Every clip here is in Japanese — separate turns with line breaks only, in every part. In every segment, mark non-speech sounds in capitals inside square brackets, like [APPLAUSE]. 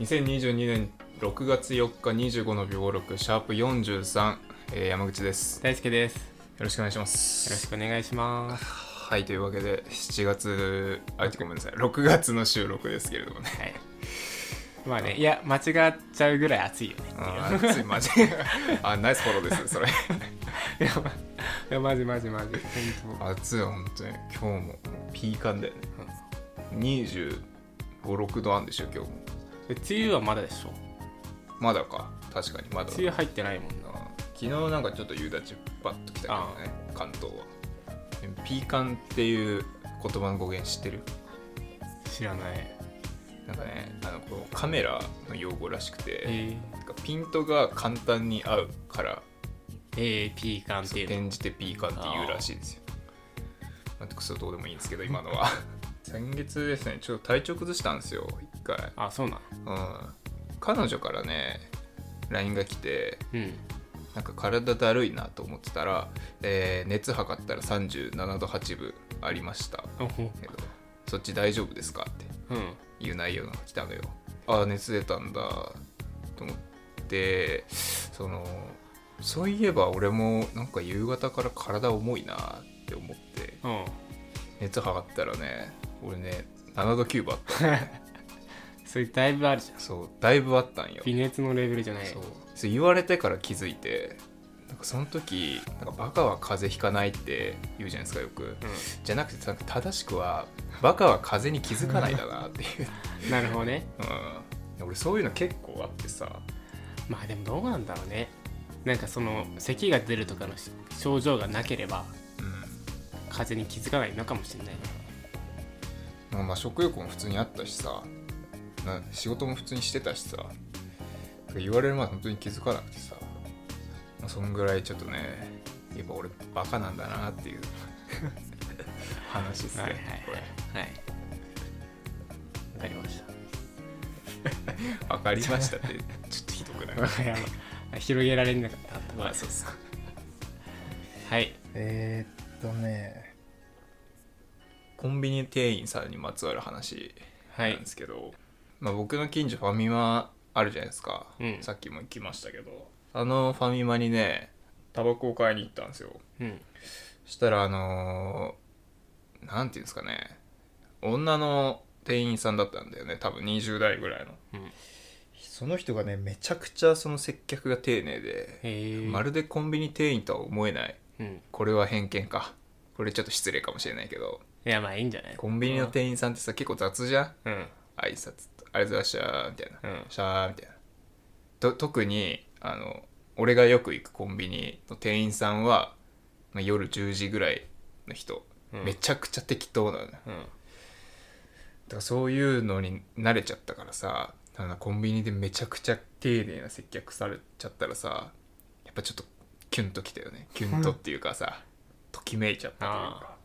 2022年6月4日25の秒56シャープ43、えー山口ですよ
大輔です。よ
ろしくお願いします
ろしくお願いします。
はいというわけで7月あごめんなさい6月の収録ですけれどもね
はい。まあね、いや、間違っちゃうぐらい暑いよね [LAUGHS] って
あーついマジ [LAUGHS] あナイスフォローですそれ
いう。いや、まいやマジマジマジ。本
暑いよ本当に今日もピーカンだよね2 5 6度あるんでしょ今日も
当。で梅雨はまだでしょ。
まだか確かにまだ
梅雨入ってないもんな。
あー昨日なんかちょっと夕立バッと来たけどね関東はでもピーカンっていう言葉の語源知ってる
知らない。
なんかねあのこうカメラの用語らしくて、
え
なんかピントが簡単に合うから
ー、ピーカンっていうの。
転じてピーカンっていうらしいですよなんてクソどうでもいいんですけど今の
[LAUGHS]
は先月ですねちょっと体調崩したんですよ一回、
あ、そうなの。
うん、彼女からね LINE が来て
うん。
なんか体だるいなと思ってたら、えー熱測ったら37度8分ありました
おほ
けどそっち大丈夫ですかって
うん。
いう内容が来たのよああ熱出たんだと思ってそのそういえば俺もなんか夕方から体重いなって思って
うん。
熱測ったらね俺ね7度9分あっ
それだいぶあるじゃん
た。そうだいぶあったんよ
微熱のレベルじゃない。
そうそう言われてから気づいてなんかその時なんかバカは風邪ひかないって言うじゃないですかよく
う
じゃなくてなんか正しくはバカは風邪に気づかないだなっていう、
ん。なるほどね。
うん、俺そういうの結構あってさ
まあでもどうなんだろうね。なんかその、咳が出るとかの症状がなければ、
うん
風邪に気づかないのかもしれないね。
まあまあ食欲も普通にあったしさな仕事も普通にしてたしさ言われるまで本当に気づかなくてさ、まあ、そんぐらいちょっとねやっぱ俺バカなんだなっていう
[LAUGHS]
話ですね、
はいはい
これ
はい。わかりまし
わかりましたってちょっとひどくない
た。わかりました。 [LAUGHS] 広げられなかったところ
あそうそう
はい。
えー、っとねコンビニ店員さんにまつわる話
は
なん
い
で。すけど、まあ、僕の近所ファミマあるじゃないですか、
うん
さっきも行きましたけどあのファミマにねタバコを買いに行ったんですよ
うん。
そしたらあのーなんていうんですかね女の店員さんだったんだよね多分20代ぐらいの
うん、
その人がねめちゃくちゃその接客が丁寧で
へえ。
まるでコンビニ店員とは思えない
うん。
これは偏見かこれちょっと失礼かもしれないけど
いや、まあいいんじゃない
コンビニの店員さんってさ結構雑じゃん
うん。
挨拶とありがとうございましたみたいな、
うん
シャーみたいなと特にあの俺がよく行くコンビニの店員さんは、まあ、夜10時ぐらいの人、
うん
めちゃくちゃ適当なのよだか
うん。
らそういうのに慣れちゃったからさあのコンビニでめちゃくちゃ丁寧な接客されちゃったらさやっぱちょっとキュンときたよねキュンとっていうか
[LAUGHS]
さ、ときめいちゃったというか
あ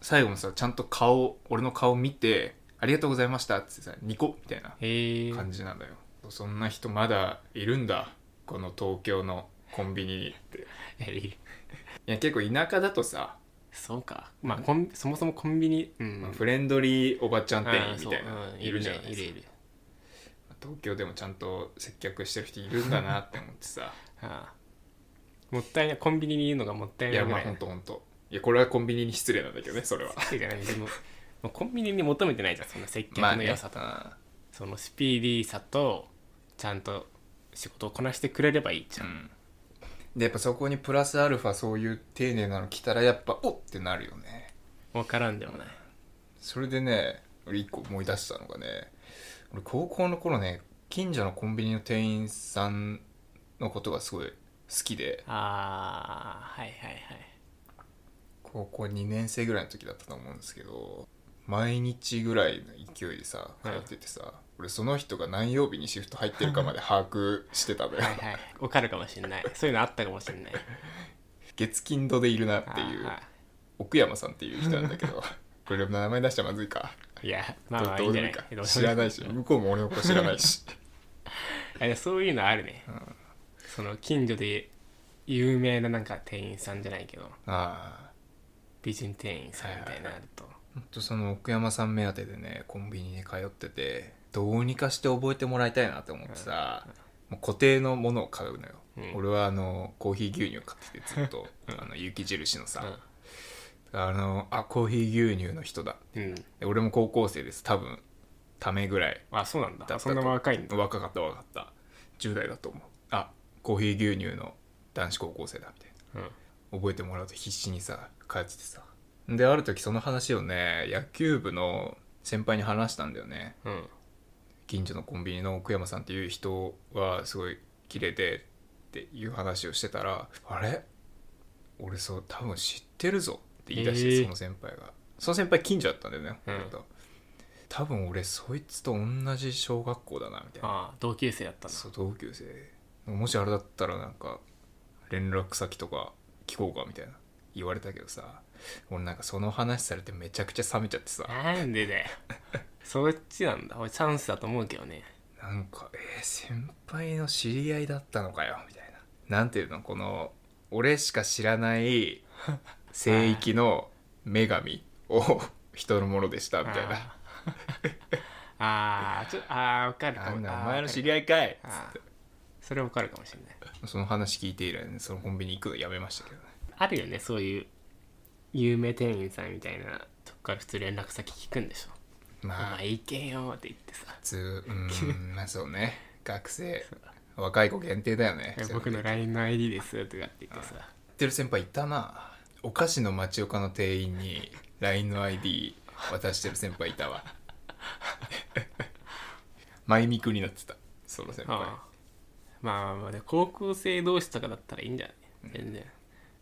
最後もさちゃんと顔俺の顔見て「ありがとうございました」っつってさニコみたいな
あ。へえ。
感じなんだよ、そんな人まだいるんだこの東京のコンビニにってい
えいい
や結構田舎だとさ、
そうか。まあコン、そもそもコンビニ。うん。
まあフレンドリーおばちゃん店員みたいな
ああそううん
いるじゃない
い
で
る
す
い
か
る。
東京でもちゃんと接客してる人いるんだなって思ってさ
ああ。もったいない。コンビニにいるのがもったい
い
ない
や
ぐ
まあ
らい。
ほんとほんといやこれはコンビニに失礼なんだけどねそれは
てかねでももうコンビニに求めてないじゃん、そんな接客の良さとか。そのスピーディーさとちゃんと仕事をこなしてくれればいいじゃ、
うんんでやっぱそこにプラスアルファそういう丁寧なの来たらやっぱおっってなるよね
分からんでもない
それでね俺一個思い出したのがね俺高校の頃ね近所のコンビニの店員さんのことがすごい好きで
あーはいはいはい
高校2年生ぐらいの時だったと思うんですけど毎日ぐらいの勢いでさ通
うん
っててさ、俺その人が何曜日にシフト入ってるかまで把握してたのよ
はいはい分かるかもしれないそういうのあったかもしれない
月金土でいるなっ
あ
ていう
ーは
奥山さんっていう人なんだけどこれ名前出したらまずいか
いいやまあまあい
ど
いん
う
じ
でも
ゃないい
いか
いや
知らないし向こうも俺のこと知らない
[LAUGHS]
し
いやそういうのあるね、その近所で有名ななんか店員さんじゃないけど
ああ
美人店員さんみたいになると、
ほんとその奥山さん目当てでねコンビニに通っててどうにかして覚えてもらいたいなと思ってさ、もう固定のものを買うのよ、
うん
俺はあのコーヒー牛乳を買っててずっと、あの雪印のさ、あのあコーヒー牛乳の人だ
うん、
で俺も高校生です多分ためぐらい
あそうなんだ
だったと
そんな若いんだ
若かった若かった10代だと思うあコーヒー牛乳の男子高校生だみたい
うん
な覚えてもらうと必死にさ帰っててさである時その話をね野球部の先輩に話したんだよね
うん
近所のコンビニの奥山さんっていう人はすごい綺麗でっていう話をしてたら「あれ俺そう多分知ってるぞ」って言い出して、
えー
その先輩がその先輩近所だったんだよね、
うん
俺と多分俺そいつと同じ小学校だなみたいな
ああ同級生だったんだ
そう同級生もしあれだったらなんか連絡先とか聞こうかみたいな言われたけどさ俺なんかその話されてめちゃくちゃ冷めちゃってさ
なんで
[LAUGHS]
だよそっちなんだ俺チャンスだと思うけどね
なんか「えー先輩の知り合いだったのかよ」みたいななんていうのこの俺しか知ら
[LAUGHS]
ない聖域の女神を [LAUGHS] 人のものでしたみたいな
あーあーちょあーわか
「
るか
あ
も
んなお前の知
り
り合いかい!」
あーそれはわかるかもしれない
その話聞いて以来ねそのコンビニ行くのやめましたけどね
あるよねそういう有名店員さんみたいなとこから普通連絡先聞くんでしょ「お
まあ
前行けよ」って言ってさ
つうー
[LAUGHS]
んまあそうね学生若い子限定だよね
「僕の LINE の ID です」とかって言って
知
さ
ってる先輩いたなお菓子の町岡の店員に LINE の ID 渡してる先輩いた [LAUGHS] わ前ミクになってたその先輩
ああまあまあまあで高校生同士とかだったらいいんじゃない全然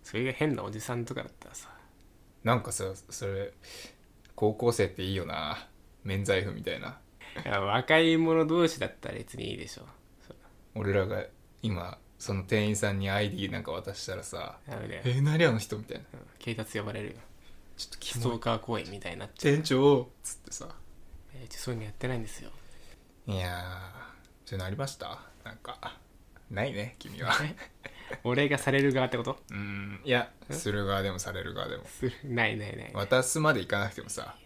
それが変なおじさんとかだったらさ
なんかさそれ高校生っていいよな免罪符みたいない
や若い者同士だったら別にいいでしょそう
俺らが今その店員さんに ID なんか渡したらさ
ダメ
「
だよ、
え何あの人」みたいな
うん警察呼ばれるよ
ちょっとキ
ストーカー行為みたいになっちゃ
店長っつってさ
う、えーうちそういうのやってないんですよ
いやーそういうのありましたなんかないね君は
俺がされる側ってこと
うーんいやする側でもされる側でも
するないないない
渡すまでいかなくてもさ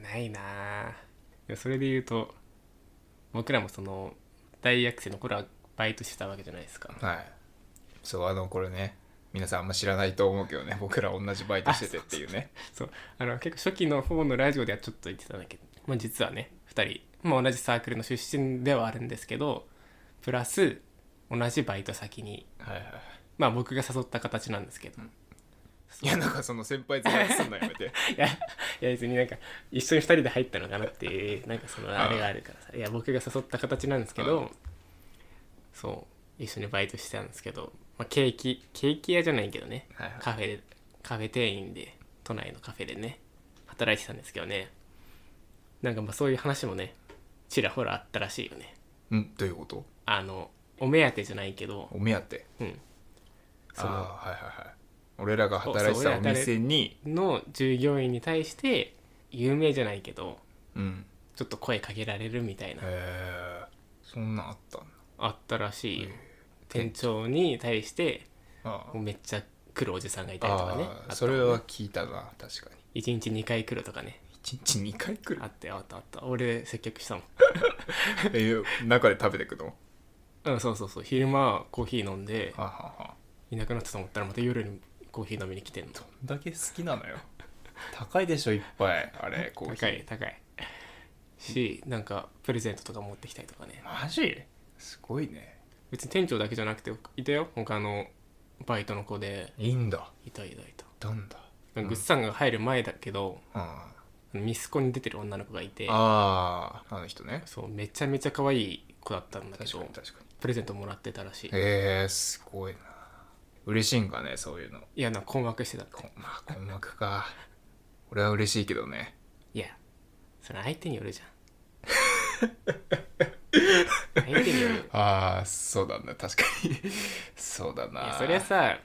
ないなあでもそれで言うと僕らもその大学生の頃はバイトしてたわけじゃないですか
はいそうあのこれね皆さんあんま知らないと思うけどね僕ら同じバイトしててっていうね
そうあの結構初期の方のラジオではちょっと言ってたんだけど、まあ、実はね2人、まあ、同じサークルの出身ではあるんですけどプラス同じバイト先に
はいはい
まあ僕が誘った形なんですけど、
いやなんかその先輩ずらすんのや
[LAUGHS]
めて
いやいや別になんか一緒に2人で入ったのかなっていうなんかそのあれがあるからさいや僕が誘った形なんですけ
うん
どそう一緒にバイトしてたんですけど、まあ、ケーキケーキ屋じゃないけどね
はいはい
カフェでカフェ店員で都内のカフェでね働いてたんですけどねなんかまあそういう話もねちらほらあったらしいよね
うんどういうこと
あのお目当てじゃないけど
お目当て
うん
あ
そ
あ
の
はいはいはい俺らが働いてたお店に
の従業員に対して有名じゃないけど
うん
ちょっと声かけられるみたい
へ
な
えそんなんあったんだ
あったらしいよ店長に対して
ああ
もうめっちゃ来るおじさんがいたりとかね
あ
あ
あそれは聞いたな確かに
1日2回来るとかね
1日2回来る
あったよあったあった俺接客したもん
え中で食べて
[LAUGHS]
くのは
うんそうそうそう昼間コーヒー飲んで
あはあはあ
いなくなったと思ったらまた夜にコーヒー飲みに来てんの
どんだけ好きなのよ高いでしょいっぱいあ [LAUGHS] れコーヒ
高
ー
い高いしなんかプレゼントとか持ってきたりとかね
マジすごいね
別に店長だけじゃなくていたよ他のバイトの子で
いいんだ
いたいたいた
なんだ
グッズさんが入る前だけど、
あ
ミスコンに出てる女の子がいて
あーあの人ね
そうめちゃめちゃ可愛い子だったんだけ
確か
ど
に確かに
プレゼントもらってたらしい
へえー、すごいな嬉しいんかねそういうの
いやなんか困惑してたって
こ [LAUGHS] まあ困惑か俺は嬉しいけどね
いやそれ相手によ
[LAUGHS]
るじゃん相手による
ああそうだね確かに [LAUGHS] そうだ
い
な
やそりゃさ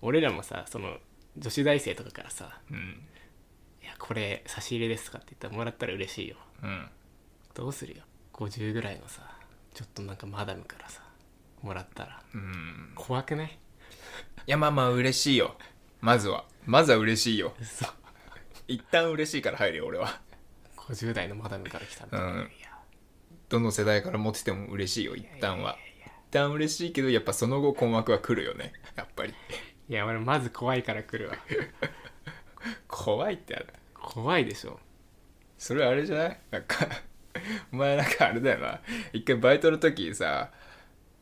俺らもさその女子大生とかからさ
うん
「いやこれ差し入れです」とかって言ったらもらったら嬉しいよ
うん
どうするよ50ぐらいのさちょっとなんかマダムからさもらったら
うん
怖くない
いやまあまあ嬉しいよまずはまずは嬉しいよ
嘘
一旦嬉しいから入るよ俺は
50代のマダムから来たんだ、
うん
いや
どの世代からモテても嬉しいよ一旦は一旦嬉しいけどやっぱその後困惑は来るよねやっぱり
いや俺まず怖いから来るわ
怖いってある
怖いでしょ
それあれじゃないなんか [LAUGHS] お前なんかあれだよな一回バイトの時さ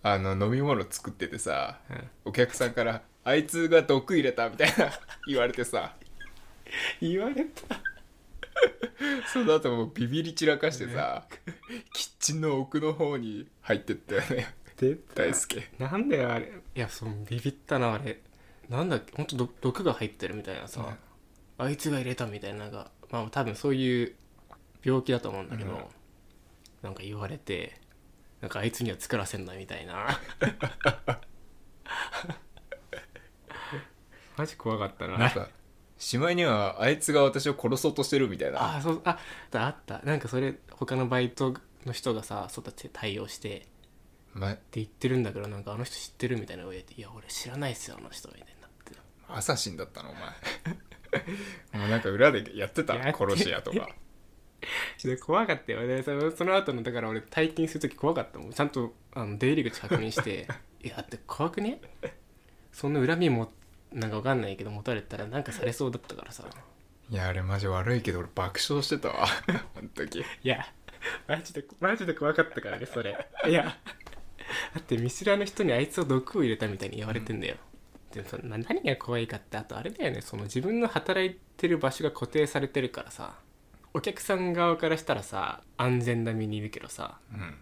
あの飲み物作っててさ、
うん
お客さんから「あいつが毒入れた」みたいな [LAUGHS] 言われてさ
言われた
その後もうビビり散らかしてさ、キッチンの奥の方に入ってったよね
出
大輔
なんだよあれいやそのビビったなあれなんだっけほんとど毒が入ってるみたいなさ、
うん
あいつが入れたみたいなのがまあ多分そういう病気だと思うんだけど、
うん
なんか言われてなんかあいつには作らせんなみた
[LAUGHS]
いなマジ怖かったな
なんかしまいにはあいつが私を殺そうとしてるみたいな
あそうああったあったなんかそれ他のバイトの人がさそうだって対応してって
ま
言ってるんだけどなんかあの人知ってるみたいな言われて「いや俺知らないっすよあの人」みたいになって
アサシンだったのお前お前なん [LAUGHS] か裏でやってた
やって
殺し屋とか
で怖かったよねそのその後のだから俺退勤する時怖かったもんちゃんとあの出入り口確認 [LAUGHS] して「いやだって怖くねそんな恨みもなんかわかんないけど持たれたらなんかされそうだったからさ
いやあれマジ悪いけど俺爆笑してたわ [LAUGHS] あの時
いやマジでマジで怖かったからねそれいやだって見知らぬ人にあいつを毒を入れたみたいに言われてんだよ、でもそな何が怖いかってあとあれだよねその自分の働いてる場所が固定されてるからさお客さん側からしたらさ安全な身にいるけどさ
うん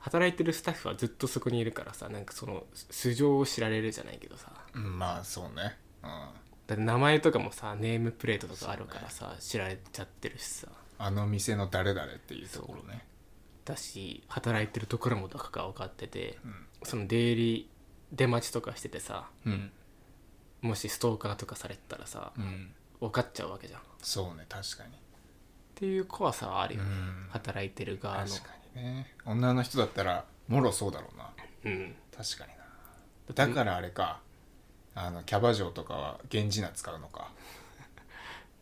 働いてるスタッフはずっとそこにいるからさなんかその素素性を知られるじゃないけどさ
うんまあそうねうん
だって名前とかもさネームプレートとかあるからさ、知られちゃってるしさ
あの店の誰々っていうところね
だし働いてるところもどこか分かってて、
ん
その出入り出待ちとかしててさ
うん
もしストーカーとかされてたらさ、
うん
分かっちゃうわけじゃんっ
そうね確かに
ていう怖さはあるよね、
うん
働いてる側の
確かにね女の人だったらもろそうだろうな
うん
確かになだからあれかあのキャバ嬢とかは源氏名使うのか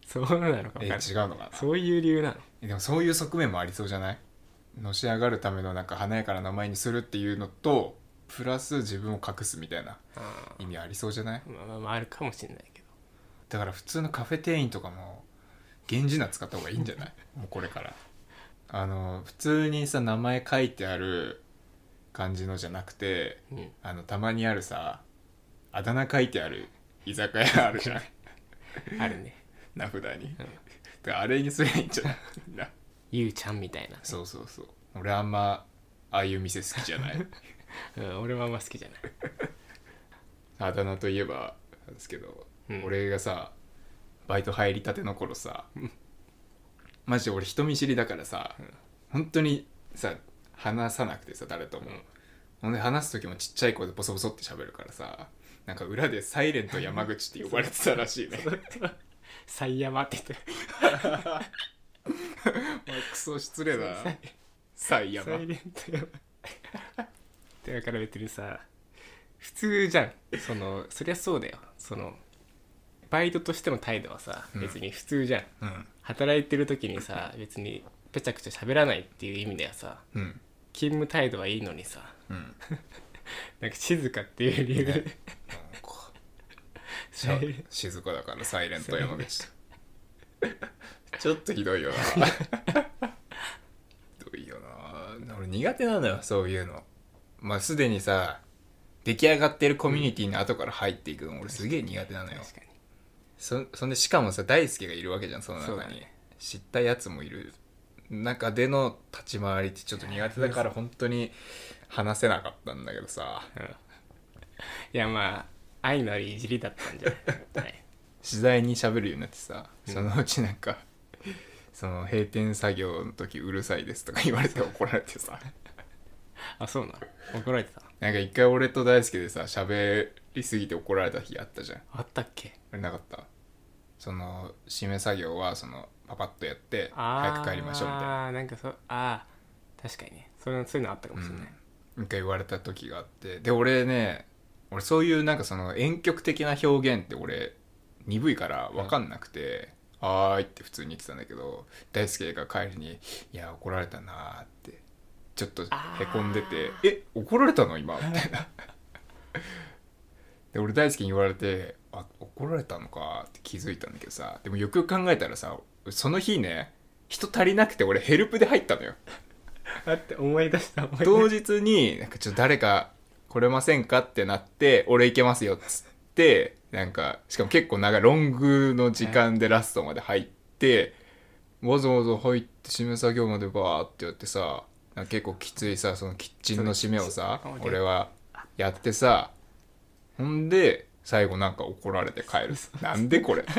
そうなのか分かん
え
な
違
いう
のかな
そういう理由なの
えでもそういう側面もありそうじゃないのし上がるためのなんか華やかな名前にするっていうのとプラス自分を隠すみたいな
あ
意味ありそうじゃない
ーまあまあまああるかもしれないけど
だから普通のカフェ店員とかも源氏名使った方がいいんじゃないもうこれからあの普通にさ名前書いてある感じのじゃなくて
うん
あのたまにあるさあだ名書いてある居酒屋あるじゃん
あるね
名札に、だからあれにすりゃいいんじゃないみんな
ゆうちゃんみたいなね、
そうそうそう俺あんまああいう店好きじゃない
[LAUGHS] うん、俺はあんま好きじゃない
あだ名といえばなんですけど、
うん
俺がさバイト入りたての頃さマジで俺人見知りだからさ、本当にさ話さなくてさ誰とも、ほんで話す時もちっちゃい声でボソボソって喋るからさなんか裏で「サイレント山口」って呼ばれてたらしいね
最山って言って
お [LAUGHS] 前クソ失礼だなサイヤマ
サイレントやばいだから別にさ普通じゃんそのそりゃそうだよそのバイトとしての態度はさ
うん
別に普通じゃん、
うん
働いてる時にさ別にぺちゃくちゃ喋らないっていう意味ではさ
うん
勤務態度はいいのにさ
うん
[LAUGHS] なんか静かっていう理由で
し
[LAUGHS]
ゃ静かだからサイレント山口 [LAUGHS] ちょっとひどいよな [LAUGHS] ひどいよな俺苦手なのよそういうのまあすでにさ出来上がってるコミュニティに後から入っていくの俺すげえ苦手なのよ
確かに
そそんでしかもさ大輔がいるわけじゃんその
そう
中
だ
に、
ね
知ったやつもいる中での立ち回りってちょっと苦手だから本当に話せなかったんだけどさ
いやまあ愛のあるいじりだったんじゃない、 [LAUGHS] はい
次第に喋るようになってさそのうちなんか、その閉店作業の時うるさいですとか言われ [LAUGHS] て怒られてさ
あそうなの怒られてた
なんか一回俺と大輔でさ喋りすぎて怒られた日あったじゃん
あったっけ
あれなかったその締め作業はそのパパッとやって
あ
早く帰りましょうみたいな
ああなんかそああ確かにねそれそういうのあったかもしれない、
うん、一回言われた時があってで俺ね俺そういうなんかその婉曲的な表現って俺鈍いから分かんなくて「はーい」って普通に言ってたんだけど大輔が帰りに「いや怒られたな」ってちょっとへ
あー
こんでて「え怒られたの今」みたいな。で俺大輔に言われて「あ怒られたのか」って気づいたんだけどさでもよくよく考えたらさその日ね人足りなくて俺ヘルプで入ったのよ。
あって思い出した思い出
[LAUGHS] 当
し
日になんかちょっと誰か来れませんかってなって俺行けますよっつってなんかしかも結構長いロングの時間でラストまで入ってわざわざ入って締め作業までバーってやってさなんか結構きついさそのキッチンの締めをさ
そうそう
俺はやってさほんで最後なんか怒られて帰るなんでこれって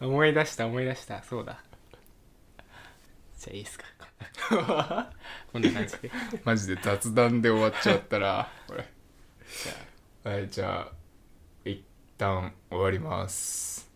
た思い出した思い出したそうだじゃあいいっ
[LAUGHS]
すかこんな感じで
マジで雑談で終わっちゃったらこれはいじゃあ一旦終わります